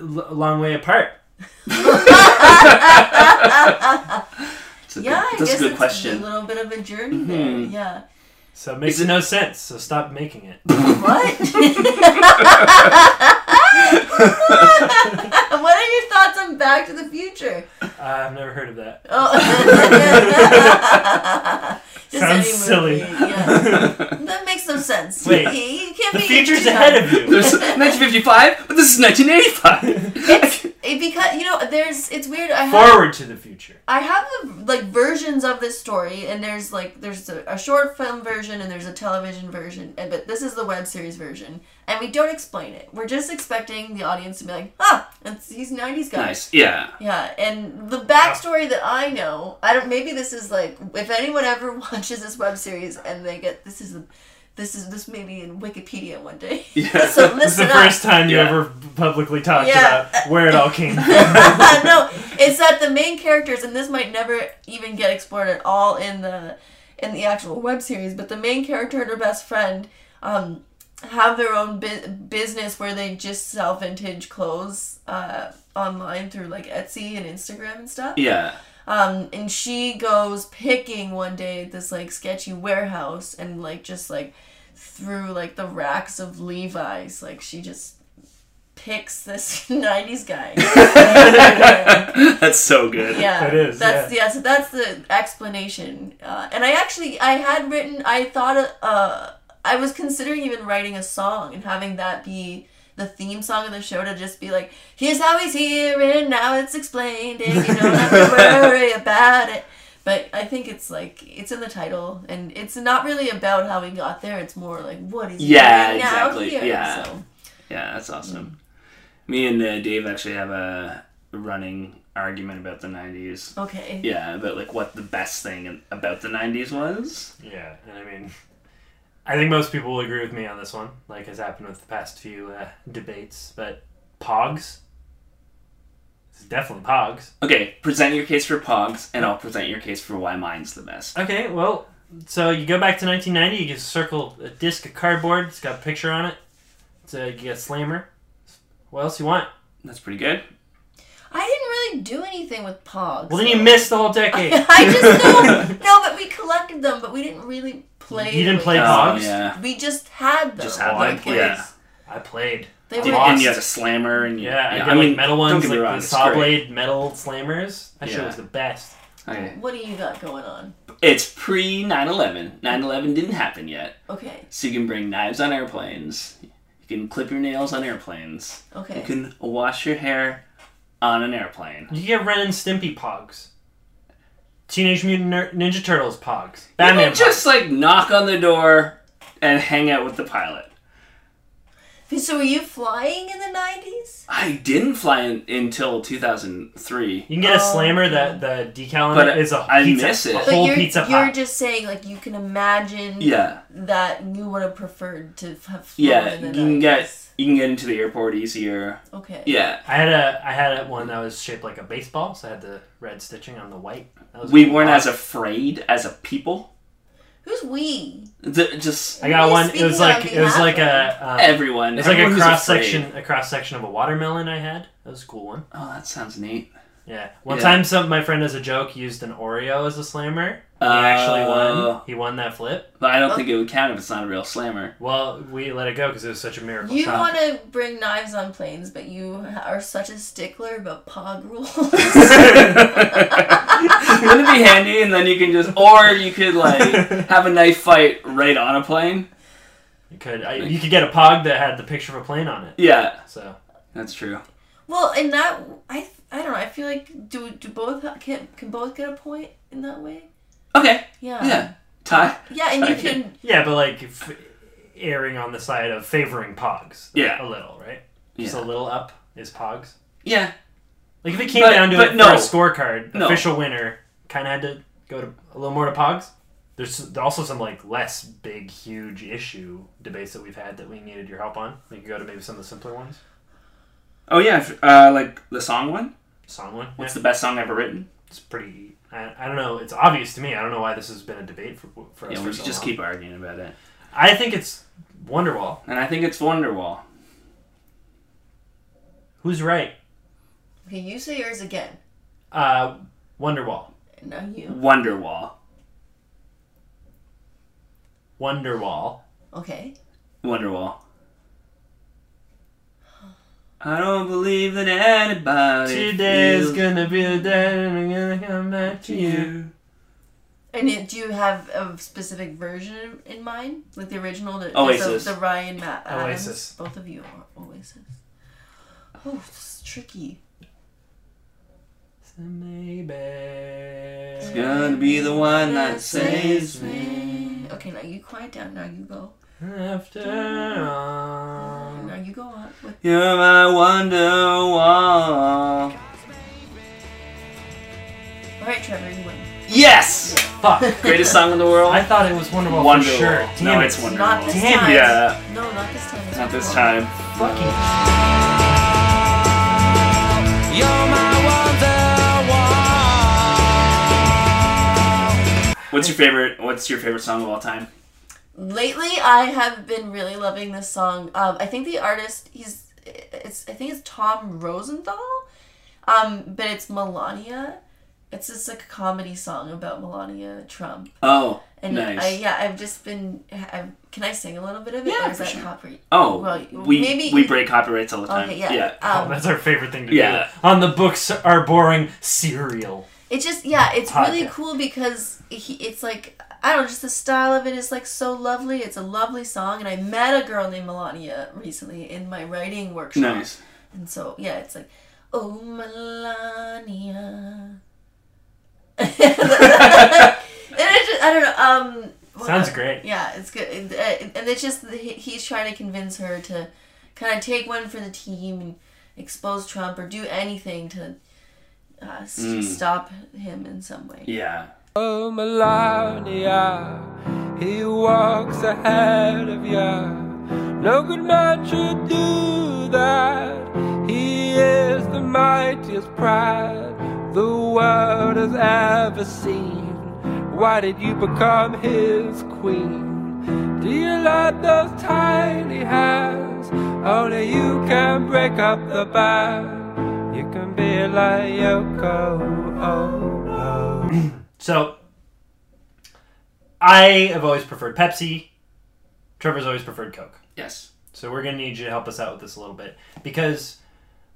A: a long way apart.
H: It's a
I: Yeah,
H: good,
I: I
H: that's
I: guess
H: a good
I: it's
H: question.
I: a little bit of a journey
H: Mhm.
I: there.
H: (laughs)
I: Yeah.
A: So it makes
H: Is it-
A: no sense. So stop making it.
H: (laughs)
I: What? (laughs) what are your thoughts on Back to the Future?
A: I've never heard of that.
I: Oh. (laughs) Just
A: Sounds
I: any movie,
A: silly. (laughs)
I: Yeah. That makes no sense.
A: Wait,
I: you can't
A: The
I: be
A: future's ahead of
H: (laughs)
A: you.
H: (laughs) There's 1955, but this is 1985.
I: It because you know there's it's weird. I have
A: Forward to the future.
I: I have the, like versions of this story, and there's like there's a, a short film version and there's a television version, and but this is the web series version, and we don't explain it. We're just expecting the audience to be like, ah, it's, he's '90s
H: (laughs)
I: guy.
H: nice. Yeah.
I: Yeah, and the backstory that I know, I don't. Maybe this is like if anyone ever (laughs) watches this web series and they get this is the, this is this maybe in Wikipedia one day.
H: Yeah.
I: (laughs) so listen
A: This is the
I: up.
A: first time you
H: Yeah.
A: ever publicly talked
I: Yeah.
A: about where it all came from.
I: (laughs) no, it's that the main characters, and this might never even get explored at all in the in the actual web series, but the main character and her best friend um, have their own bu- business where they just sell vintage clothes uh, online through like Etsy and Instagram and stuff.
H: Yeah. (laughs)
I: Um, and she goes picking one day at this like sketchy warehouse and like just like through like the racks of Levi's, like she just picks this (laughs) '90s guy.
H: That's so good.
I: yeah,
A: It is,
I: That's yeah. So that's the explanation. Uh, and I actually I had written I thought uh I was considering even writing a song and having that be. The theme song of the show to just be like, here's how he's here and now it's explained and you don't have to worry about it. But I think it's like it's in the title, and it's not really about how we got there. It's more like what is
H: Yeah,
I: doing now
H: exactly,
I: here?
H: yeah.
I: So,
H: Yeah, that's awesome. Me and uh, Dave actually have a running argument about the 90s.
I: okay.
H: Yeah, about like what the best thing in- about the 90s was.
A: Yeah, and I mean, (laughs) I think most people will agree with me on this one, like has happened with the past few uh, debates. But Pogs, it's definitely Pogs.
H: Okay, present your case for Pogs, and I'll present your case for why mine's the best.
A: Okay, well, so you go back to 1990. You get a circle, a disc of cardboard. It's got a picture on it. It's a, you get a slammer. What else you want?
H: That's pretty good.
I: I didn't really do anything with Pogs.
A: Well, then you missed the whole
H: (laughs)
A: decade.
I: (laughs) I
A: (laughs)
I: just know. no, but we collected them, but we didn't really play.
A: You didn't
I: with
A: play
I: them.
A: Pogs?
H: Um, yeah.
I: We just had them.
H: Just had
A: Oh,
H: them.
A: I
I: Like,
A: played.
H: Yeah.
A: I played.
I: They
H: Did-
I: were.
A: Lost.
H: and you had a slammer, and you,
A: Yeah, I,
H: yeah,
A: did, like metal
H: don't
A: ones,
H: get
A: like
H: me wrong,
A: the
H: it's
A: saw
H: great.
A: blade metal slammers. That shit
H: Yeah.
A: was the best.
H: Okay.
I: What do you got going on?
H: It's pre 9 11. 9 11 didn't happen yet.
I: Okay.
H: So you can bring knives on airplanes. You can clip your nails on airplanes.
I: Okay.
H: You can wash your hair on an airplane.
A: You get Ren and Stimpy Pogs. Teenage Mutant Ner- Ninja Turtles Pogs.
H: You
A: Batman
H: can just like knock on the door and hang out with the pilot.
I: So were you flying in the nineties?
H: I didn't fly in, until 2003.
A: You can get a
I: Oh,
A: slammer that the decal on
H: But
A: it is a
H: I
A: pizza,
H: miss it.
A: a
H: But
I: But
A: whole
I: you're
A: pizza
I: you're
A: pie.
I: just saying like you can imagine
H: Yeah,
I: that you would have preferred to have flown
H: yeah.
I: in
H: You
I: the
H: can get
I: 90s.
H: you can get into the airport easier.
I: Okay.
H: Yeah,
A: I had a I had a one that was shaped like a baseball, so I had the red stitching on the white. That was
H: we
A: cool.
H: weren't as afraid as a people.
I: Who's we?
H: The, just
A: I got
I: Who's
A: one. It was
I: speaking
A: like
I: on
A: it was
I: behalf
A: like
I: of
A: a um,
H: everyone.
A: it was like
H: everyone
A: a
H: who's
A: cross
H: afraid.
A: section a cross section of a watermelon. I had that was a cool one.
H: Oh, that sounds neat.
A: Yeah. One
H: Yeah.
A: time, some my friend as a joke used an Oreo as a slammer. He actually
H: Uh.
A: won. He won that flip.
H: But I don't think it would count if it's not a real slammer. (laughs)
A: Well, we let it go because it was such a miracle
I: You
A: shot.
I: want to bring knives on planes, but you are such a stickler about pog rules.
H: Wouldn't it be handy? And then you can just, or you could like have a knife fight right on a plane.
A: You could I, you could get a pog that had the picture of a plane on it.
H: Yeah,
A: So
H: that's true.
I: well, and that I I don't know. I feel like do do both ha- can can both get a point in that way?
H: Okay.
I: Yeah.
H: Yeah. Tie.
I: Yeah, and you
H: Okay.
I: can.
A: yeah, but like f- erring on the side of favoring pogs.
H: Yeah.
A: a little right. Just
H: Yeah.
A: a little up is pogs.
H: Yeah.
A: Like if it came
H: But-
A: down to
H: but
A: it
H: no.
A: for a scorecard,
H: No.
A: official winner kind of had to go to a little more to pogs. There's also some like less big, huge issue debates that we've had that we needed your help on. We could go to maybe some of the simpler ones.
H: Oh yeah, if- uh, like the song one.
A: Song one.
H: What's
A: yeah.
H: the best song ever written?
A: It's pretty. I, I don't know. It's obvious to me. I don't know why this has been a debate for for us.
H: Yeah,
A: for
H: we should
A: so
H: just
A: long.
H: keep arguing about it.
A: I think it's Wonderwall.
H: And I think it's Wonderwall.
A: Who's right?
I: Okay, you say yours again.
A: Uh, Wonderwall.
I: No, you.
H: Wonderwall.
A: Wonderwall.
I: Okay.
H: Wonderwall. I don't believe that anybody
A: Today's
H: feels
A: gonna be the day and I'm gonna come back to you.
H: you.
I: And it, do you have a specific version in mind, like the original? The,
H: Oasis.
I: The, the Ryan Matt Adams.
A: Oasis.
I: Both of you are Oasis. Oh, this is tricky.
A: So maybe.
H: Gonna be the one that saves me.
I: me. Okay, now you quiet down. Now you go.
A: After all.
I: Now you go on. With,
H: You're my Wonderwall.
I: all right, Trevor, you win.
H: Yes!
A: Fuck.
H: Greatest song in the world.
A: I thought it was Wonderwall,
H: Wonderwall.
A: for sure. Damn
H: no,
A: it.
H: it's Wonderwall.
I: Not this
A: Damn,
I: time.
H: yeah.
I: No, not this time.
H: Not this time.
A: Fucking
H: What's your favorite? What's your favorite song of all time?
I: Lately, I have been really loving this song. Um, I think the artist he's it's I think it's Tom Rosenthal, um, but it's Melania. It's just like a comedy song about Melania Trump.
H: Oh,
I: And
H: nice.
I: I, uh, yeah, I've just been. I've, can I sing a little bit of it?
H: Yeah,
I: or is
H: for
I: that
H: sure.
I: copyright?
H: oh,
I: well,
H: we
I: maybe-
H: we break copyrights all the time.
I: Okay, yeah.
A: Oh,
I: Um,
A: that's our favorite thing to
H: Yeah.
A: do. On the books are boring cereal.
I: It's just yeah, it's really
A: Podcast.
I: cool because he, it's like I don't know, just the style of it is like so lovely. It's a lovely song, and I met a girl named Melania recently in my writing workshop.
H: Nice.
I: And so yeah, it's like oh Melania. (laughs) and it's just, I don't know. Um, what-
A: Sounds great.
I: Yeah, it's good, and, uh, and it's just that he- he's trying to convince her to kind of take one for the team and expose Trump or do anything to uh, s- stop him in some way.
H: Yeah.
J: Oh, Melania, he walks ahead of you. No good man should do that. He is the mightiest pride the world has ever seen. Why did you become his queen? Do you like those tiny hands? Only you can break up the band. You can be like Yoko. Oh, oh.
A: So, I have always preferred Pepsi. Trevor's always preferred Coke.
H: Yes.
A: So we're gonna need you to help us out with this a little bit because,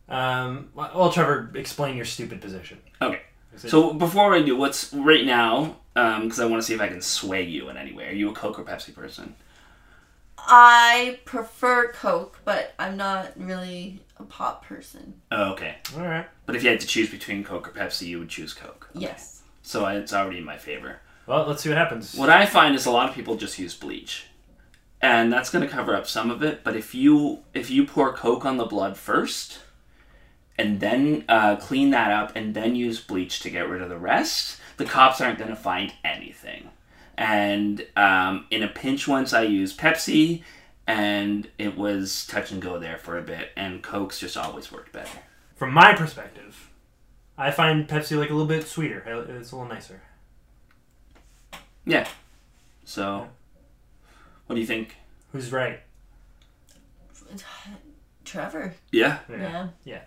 A: um, well, Trevor, explain your stupid position.
H: Okay. So before I do, what's right now? Because I want to see if I can sway you in any way. Are you a Coke or Pepsi person?
I: I prefer Coke, but I'm not really a pop person.
H: Oh, okay.
A: All right.
H: But if you had to choose between Coke or Pepsi, you would choose Coke.
I: Yes.
H: So it's already in my favor.
A: Well, let's see what happens.
H: What I find is a lot of people just use bleach, and that's going to cover up some of it. But if you if you pour Coke on the blood first, and then uh, clean that up, and then use bleach to get rid of the rest, the cops aren't going to find anything. And um, in a pinch, once I used Pepsi, and it was touch and go there for a bit, and Coke's just always worked better.
A: From my perspective, I find Pepsi like a little bit sweeter. It's a little nicer.
H: Yeah. So, what do you think?
A: Who's right?
I: Trevor.
H: Yeah.
I: Yeah.
A: Yeah.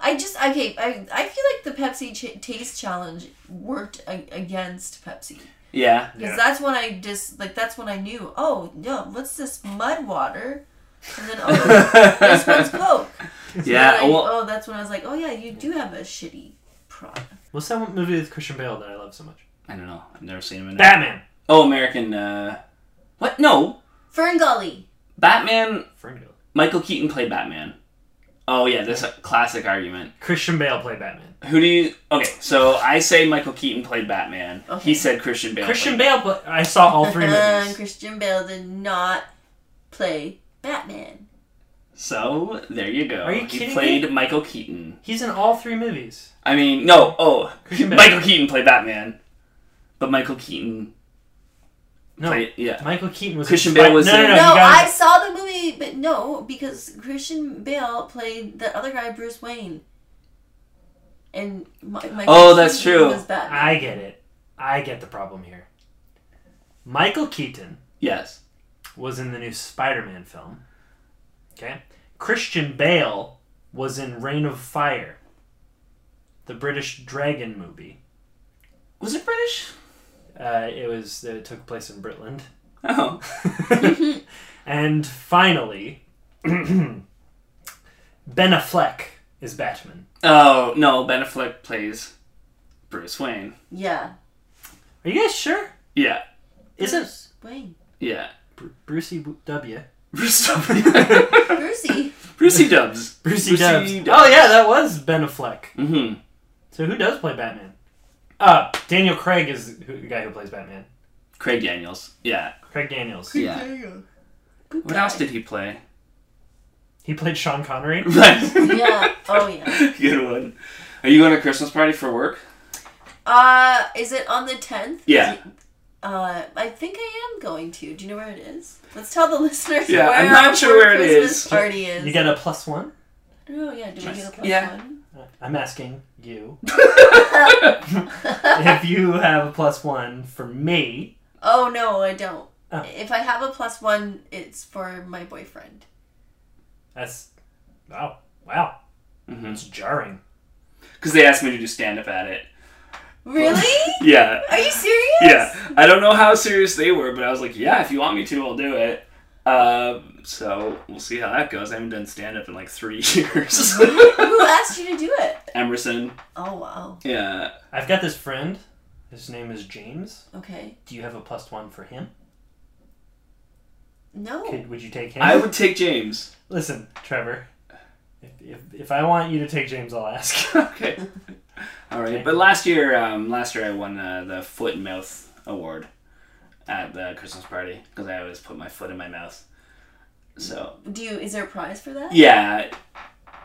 I: I just okay. I I feel like the Pepsi ch- taste challenge worked a- against Pepsi.
H: Yeah.
I: Because
A: Yeah.
I: that's when I just like that's when I knew. Oh yeah, what's this mud water? And then
A: (laughs)
I: oh, this one's Coke. And
H: Yeah.
I: I-
H: Well,
I: oh, that's when I was like, oh yeah, you do have a shitty product.
A: What's that one movie with Christian Bale that I love so much?
H: I don't know. I've never seen him in
A: Batman.
H: Oh, American. Uh, what? No,
I: Fern Gully.
H: Batman.
A: Ferngully.
H: Michael Keaton played Batman. Oh yeah, this a classic argument.
A: Christian Bale played Batman.
H: Who do you? Okay, so I say Michael Keaton played Batman.
I: Okay.
H: He said Christian Bale.
A: Christian
H: played-
A: Bale. Play- I saw all
I: (laughs)
A: three movies.
I: Christian Bale did not play Batman.
H: So there you go.
A: Are you
H: He
A: kidding
H: played
A: me?
H: Michael Keaton.
A: He's in all three movies.
H: I mean, no. Oh,
A: Christian Bale.
H: Michael Keaton played Batman, but Michael Keaton
A: No,
H: played yeah.
A: Michael Keaton was
H: Christian
A: in Spy-
H: Bale was
A: no, no,
H: in-
A: no,
I: No,
H: you
A: he got-
I: I saw the movie, but no, because Christian Bale played the other guy, Bruce Wayne. And my, my
H: Oh, that's true.
I: Was Batman.
A: I get it. I get the problem here. Michael Keaton
H: Yes.
A: was in the new Spider-Man film. Okay. Christian Bale was in Reign of Fire. the British Dragon movie.
H: Was it British?
A: Uh, it was it took place in Britland.
H: Oh.
A: And finally, (clears throat) Ben Affleck is Batman.
H: Oh, no, Ben Affleck plays Bruce Wayne.
I: Yeah.
A: Are you guys sure?
H: Yeah,
A: Isn't
I: Wayne.
H: yeah. (laughs)
A: Bru-
H: E
A: Brucey W?
H: Bruce
A: (laughs)
H: Dubs.
I: Brucey.
H: Brucey Dubs.
A: Brucey,
H: Brucey
A: Dubs.
H: Dubs.
A: Oh yeah, that was Ben Affleck.
H: Mm-hmm.
A: So who does play Batman? Uh, Daniel Craig is who- the guy who plays Batman.
H: Craig Daniels. Yeah.
A: Craig Daniels.
H: Yeah. What else did he play?
A: He played Sean Connery.
H: Right.
I: Yeah. Oh yeah.
H: (laughs) Good one. Are you going to Christmas party for work?
I: Uh, is it on the tenth?
H: Yeah.
I: Uh, I think I am going to. Do you know where it is? Let's tell the (laughs) listeners.
H: Yeah,
I: where
H: I'm not
I: our
H: sure where it
I: Christmas
H: is.
I: Party is.
A: You get a plus one. Uh,
I: Oh yeah. Do we get a plus
H: Yeah.
I: one?
A: I'm asking
H: (laughs)
A: you if you have a plus one for me.
I: Oh no, I don't.
A: Oh.
I: If I have a plus one, it's for my boyfriend.
A: That's wow, wow.
H: Mhm.
A: It's jarring.
H: Because they asked me to do stand up at it.
I: Really?
H: Yeah.
I: Are you serious?
H: Yeah. I don't know how serious they were, but I was like, yeah, if you want me to, I'll do it. Um, so we'll see how that goes. I haven't done stand up in like three (laughs) years.
I: Who asked you to do it?
H: Emerson.
I: Oh wow.
H: Yeah.
A: I've got this friend. His name is James.
I: Okay.
A: Do you have a plus one for him?
I: No.
A: Could, would you take him?
H: I would take James.
A: Listen, Trevor. If, if, if I want you to take James, I'll ask.
H: (laughs) okay. All right. But last year, um, last year I won uh, the foot and mouth award at the Christmas party because I always put my foot in my mouth. So
I: Do you? Is there a prize for that?
H: yeah,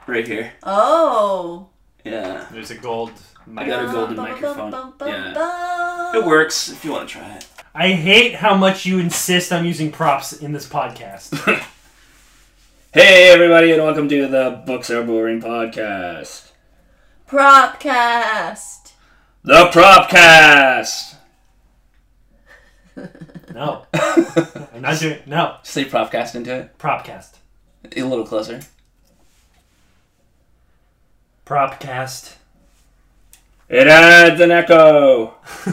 H: right here.
I: Oh.
H: Yeah,
A: There's a gold.
H: I got a golden
I: Bum, bum,
H: microphone.
I: bum, bum,
H: Yeah,
I: bum.
H: it works if you want to try it.
A: I hate how much you insist on using props in this podcast.
H: Hey everybody, and welcome to the Books Are Boring podcast,
I: Propcast.
H: the Propcast.
A: No, I'm not doing. No,
H: Say Propcast into it.
A: propcast,
H: A little closer.
A: propcast.
H: It adds an echo. (laughs)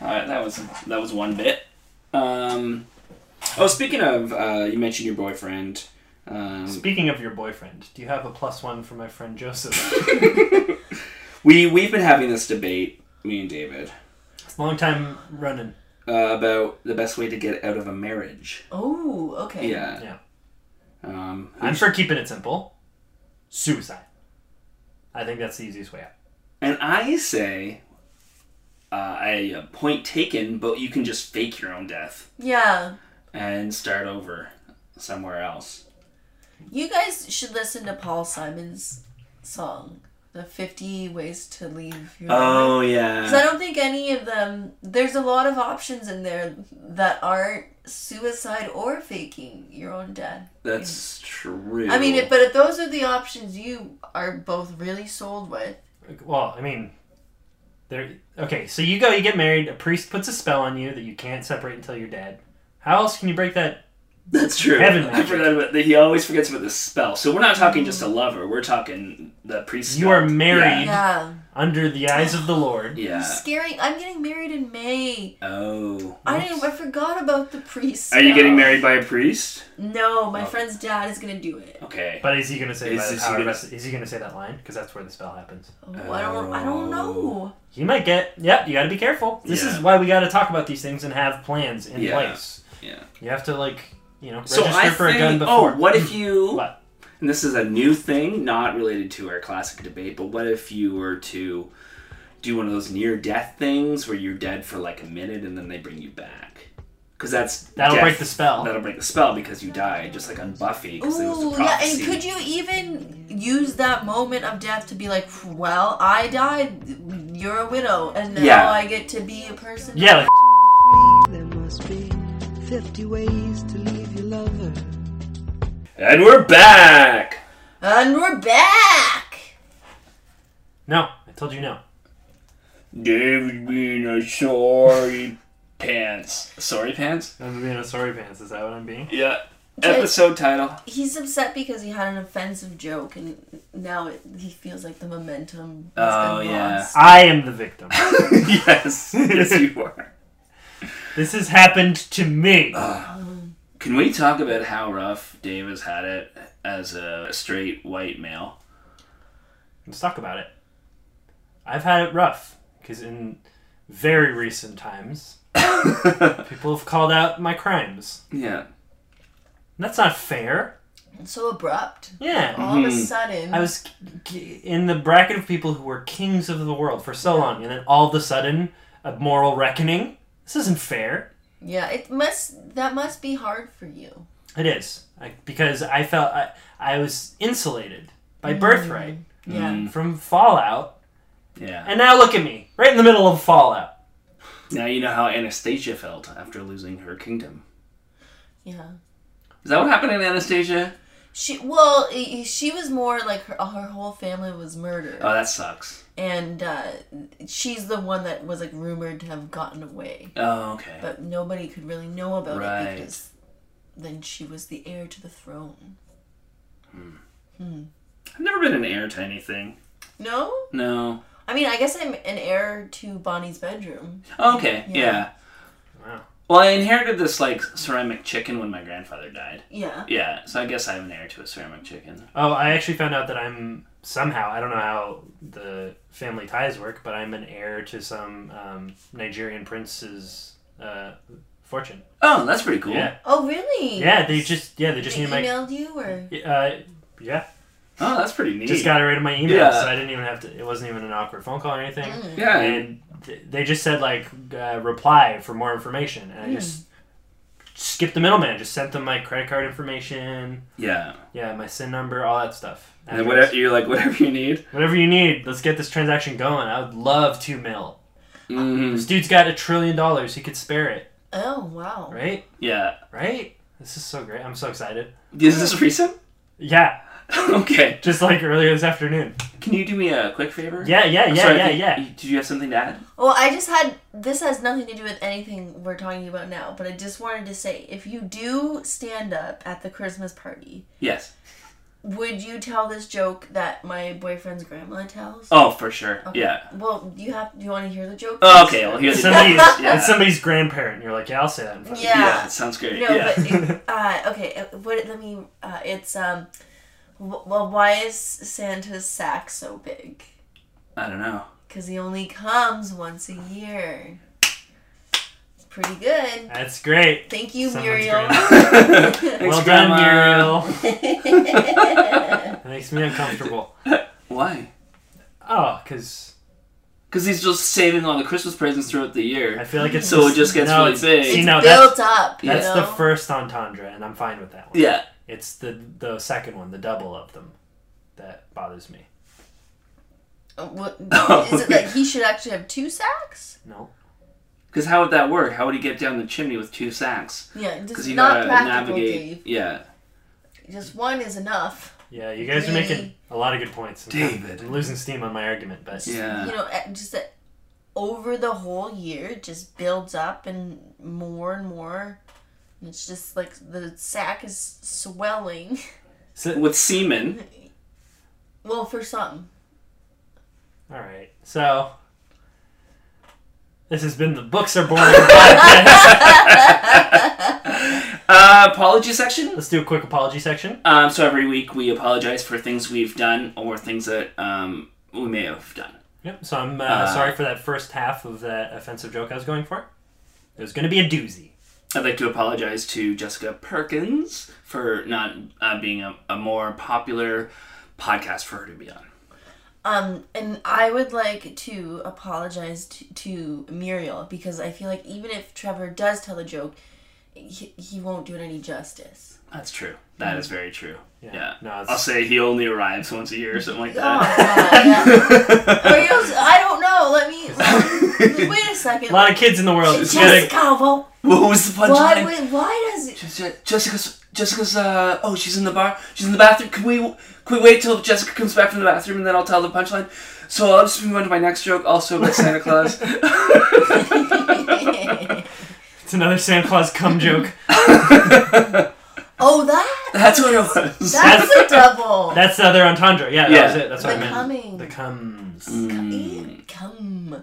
H: All right, that was that was one bit. Um, oh, speaking of, uh, you mentioned your boyfriend. Um,
A: Speaking of your boyfriend, do you have a plus one for my friend Joseph?
H: we we've been having this debate, me and David,
A: It's a long time running.
H: uh, about the best way to get out of a marriage.
I: Oh. Okay.
H: Yeah.
A: Yeah.
H: Um,
A: I'm for keeping it simple. Suicide. I think that's the easiest way out.
H: and I say, uh, I uh, point taken, but you can just fake your own death
I: Yeah.
H: and start over somewhere else.
I: You guys should listen to Paul Simon's song, "The Fifty Ways to Leave Your."
H: Oh
I: Because I
H: yeah.
I: don't think any of them. There's a lot of options in there that aren't suicide or faking your own death.
H: That's true.
I: I mean, if, but if those are the options you are both really sold with,
A: Well, I mean, there. Okay, so you go, you get married. A priest puts a spell on you that you can't separate until you're dead. How else can you break that?
H: That's true.
A: Heaven
H: I forgot about that. He always forgets about the spell. So we're not talking just a lover. We're talking the priest.
A: You
H: spell.
A: are married.
H: Yeah.
I: yeah,
A: Under the eyes of the Lord.
H: Yeah.
I: scary. I'm getting married in May.
H: Oh.
I: I didn't. I forgot about the priest.
H: Are you
I: spell.
H: getting Oh. married by a priest?
I: No, my friend's dad is gonna do it.
H: Okay.
A: But is he gonna say?
H: Is-
A: by the
H: is he
A: power of
H: gonna-
A: us- is he gonna say that line? Because that's where the spell happens.
I: Oh, I don't. I don't
H: Oh.
I: know.
A: You might get. Yep, you got to be careful. This
H: Yeah.
A: is why we got to talk about these things and have plans in
H: Yeah.
A: place.
H: Yeah.
A: You have to like, you know, register
H: So I
A: for a
H: think.
A: gun
H: oh,
A: before.
H: what if you?
A: (clears throat) What?
H: And this is a new thing, not related to our classic debate. But what if you were to do one of those near-death things where you're dead for like a minute and then they bring you back? Because that's
A: That'll
H: death-
A: break the spell.
H: That'll break the spell because you died, just like on Buffy. Because there was
I: Ooh,
H: the
I: yeah,
H: prophecy.
I: and could you even use that moment of death to be like, well, I died, you're a widow, and now
H: Yeah.
I: I get to be a person?
A: yeah, like,
G: There must be 50 ways to leave your lover.
H: And we're back.
I: And we're back!
A: no, I told you no.
H: David being a sorry (laughs) pants. Sorry pants?
A: I'm being a sorry pants. Is that what I'm being?
H: Yeah. Episode title.
I: He's upset because he had an offensive joke, and now it, he feels like the momentum. has
H: Oh,
I: been
H: yeah.
I: lost.
A: I am the victim.
H: (laughs) yes, yes, (laughs) you are.
A: This has happened to me.
H: Can we talk about how rough Dave has had it as a straight white male?
A: Let's talk about it. I've had it rough because in very recent
H: (laughs)
A: times, people have called out my crimes.
H: Yeah.
A: And that's not fair.
I: So abrupt.
A: Yeah.
I: All of a
H: Mm-hmm.
I: sudden,
A: I was k- in the bracket of people who were kings of the world for so long, and then all of a sudden, a moral reckoning. This isn't fair.
I: yeah. It must that must be hard for you.
A: It is I, because I felt I, I was insulated by
I: Mm.
A: birthright
I: Yeah.
H: Mm-hmm.
A: from fallout,
H: Yeah.
A: and now look at me, right in the middle of fallout.
H: Now you know how Anastasia felt after losing her kingdom.
I: Yeah.
H: Is that what happened in Anastasia?
I: She well, i- she was more like her, her whole family was murdered,
H: Oh, that sucks.
I: and uh, she's the one that was like rumored to have gotten away,
H: Oh, okay.
I: but nobody could really know about
H: Right.
I: it because then she was the heir to the throne.
H: I've never been an heir to anything.
I: No,
H: No.
I: I mean, I guess I'm an heir to Bonnie's bedroom.
H: Okay, yeah.
I: Yeah.
A: Wow.
H: Well, I inherited this, like, ceramic chicken when my grandfather died.
I: Yeah.
H: Yeah, so I guess I'm an heir to a ceramic chicken.
A: Oh, I actually found out that I'm somehow I don't know how the family ties work, but I'm an heir to some um, Nigerian prince's uh, fortune.
H: Oh, that's pretty cool.
A: Yeah,
I: Oh, really?
A: yeah. They just yeah they
I: They
A: just need my
I: emailed you or?
A: uh, yeah.
H: Oh, that's pretty neat.
A: Just got it right in my email,
H: Yeah.
A: so I didn't even have to. It wasn't even an awkward phone call or anything.
H: yeah,
A: And th- they just said like uh, reply for more information, and I just skipped the middleman. Just sent them my credit card information,
H: yeah.
A: yeah, my SIN number, all that stuff.
H: And
A: Address.
H: whatever you're like, (laughs) whatever you need.
A: Whatever you need, let's get this transaction going. I would love two mil.
H: Mm,
A: This dude's got a trillion dollars. He could spare it,
I: Oh wow.
A: right?
H: yeah.
A: Right? This is so great. I'm so excited.
H: Is this recent? (laughs)
A: Yeah,
H: okay.
A: just like earlier this afternoon.
H: Can you do me a quick favor?
A: Yeah, yeah,
H: I'm
A: yeah,
H: sorry, I
A: yeah,
H: think-
A: yeah.
H: you- Did you have something to add?
I: Well, I just had this has nothing to do with anything we're talking about now, but I just wanted to say if you do stand up at the Christmas party,
H: Yes.
I: would you tell this joke that my boyfriend's grandma tells?
H: Oh, for sure. Yeah.
I: Well, you have. Do you want to hear the joke?
H: Oh, okay. Well, here's
A: It's
H: the
A: somebody's,
H: Yeah.
A: it's somebody's grandparent. And you're like, yeah, I'll say that. In front of you."
I: Yeah.
H: Yeah, it sounds great.
I: No,
H: yeah. (laughs)
I: but it, uh, okay. uh, What? Let me. Uh, it's um. wh- Well, why is Santa's sack so big?
H: I don't know.
I: Because he only comes once a year. It's pretty good.
A: That's great.
I: Thank you,
A: Someone's
H: (laughs)
I: Muriel.
A: grand-
H: Thanks,
A: well done,
H: Grandma.
A: Muriel.
H: (laughs)
A: That makes me uncomfortable.
H: Why?
A: Oh, because
H: Because he's just saving all the Christmas presents throughout the year.
A: I feel like it's
H: So it just gets
A: no,
H: really big.
A: See,
I: (laughs) It's
A: no,
I: built
A: that's,
I: up. You
A: that's
I: know?
A: the first entendre, and I'm fine with that one.
H: yeah.
A: It's the the second one, the double of them, that bothers me.
I: Uh,
A: (laughs)
I: what- is it that he should actually have two sacks?
A: No,
H: Because how would that work? How would he get down the chimney with two sacks?
I: Yeah,
H: Because
I: just
H: you gotta
I: not practical,
H: navigate. Yeah.
I: Dave. Just one is enough.
A: yeah, you guys are
I: Really?
A: making a lot of good points. I'm kinda-
H: David.
A: I'm losing steam on my argument, but
H: Yeah.
I: You know, uh, just that over the whole year, it just builds up and more and more. And It's just like the sack is swelling. (laughs)
A: So-
H: With semen.
I: Well, for some.
A: all right. So this has been the books are boring.
H: (laughs)
A: podcast.
H: Uh, apology section?
A: Let's do a quick apology section.
H: Um, so every week we apologize for things we've done or things that um, we may have done.
A: Yep. So I'm uh, sorry for that first half of that offensive joke I was going for. It was going to be a doozy.
H: I'd like to apologize to Jessica Perkins for not uh, being a, a more popular podcast for her to be on.
I: Um, and I would like to apologize to, to Muriel because I feel like even if Trevor does tell the joke, he, he won't do it any justice. (laughs)
H: That's true. That is very true. Yeah.
A: No, it's-
H: I'll say he only arrives once a year or something like
I: Oh,
H: that. (laughs)
I: God, yeah. Muriel's, I don't know. Let me. let me- wait a second.
A: A lot of kids in the world. It's
I: Jessica,
A: gonna,
I: well,
H: what was the
I: why,
H: punchline?
I: would- why does it?
H: Je- Jessica's Jessica's uh oh she's in the bar she's in the bathroom can we can we wait till Jessica comes back from the bathroom and then I'll tell the punchline so I'll just move on to my next joke also about Santa (laughs) Claus
A: (laughs) it's another Santa Claus cum joke.
I: (laughs) Oh, that
H: That's what it was.
I: That's
A: (laughs)
I: a double.
A: That's the other entendre. Yeah, that
H: Yeah.
A: was it. That's what
I: The
A: I meant.
I: coming.
A: The comes.
I: Come.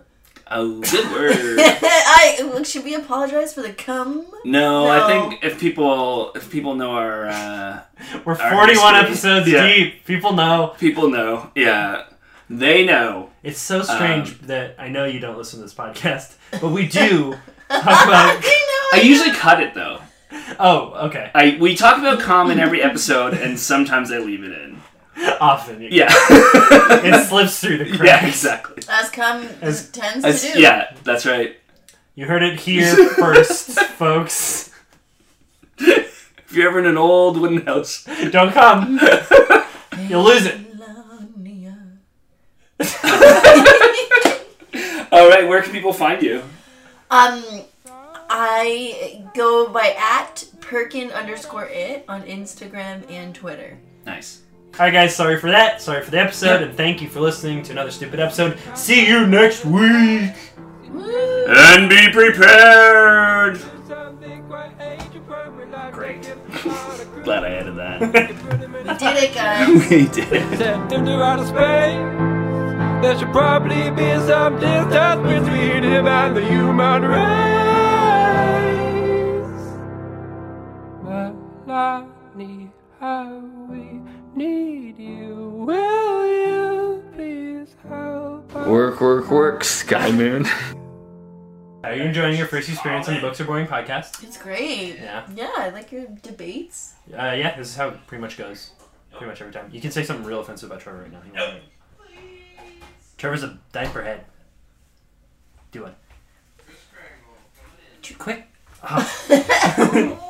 H: oh, good
A: Mm.
H: word.
I: (laughs) I should we apologize for the cum? (laughs)
H: No,
I: No.
H: I think if people if people know our uh,
A: We're
H: Our
A: 41
H: history.
A: episodes
H: Yeah.
A: deep. People know.
H: people know, yeah, they know.
A: It's so strange that I know you don't listen to this podcast, but we do talk about. (laughs)
H: I usually cut it though.
A: Oh, okay.
H: I we talk about calm in every episode, and sometimes I leave it in.
A: Often. you-
H: Yeah, (laughs)
A: It slips through (laughs) the cracks.
H: yeah, exactly.
I: As cum
A: As-
I: tends
H: That's-
I: to do.
H: yeah, that's right.
A: You heard it here first, (laughs) folks.
H: If you're ever in an old wooden house,
A: Don't (laughs) come. You'll lose it.
I: Melania.
H: all right, where can people find you?
I: Um, I go by at Perkin underscore it on Instagram and Twitter.
H: Nice.
A: All right, guys. Sorry for that. Sorry for the episode, and thank you for listening to another stupid episode. See you next week.
H: And be prepared.
J: Great.
H: Glad I added that.
I: We did it, guys.
H: we did.
J: Sent him to outer space. There should probably be some distance between him and the human race. Melania, we need you. Will you please help us?
K: Work, work, work, Sky Moon.
A: (laughs) Are you enjoying your first experience on the Books Are Boring podcast?
I: It's great.
A: Yeah.
I: Yeah, I like your debates.
A: Uh, yeah, this is how it pretty much goes. Pretty much every time. You can say something real offensive about Trevor right now. He won't mind. Trevor's a diaper head. Do it. Too quick. Oh.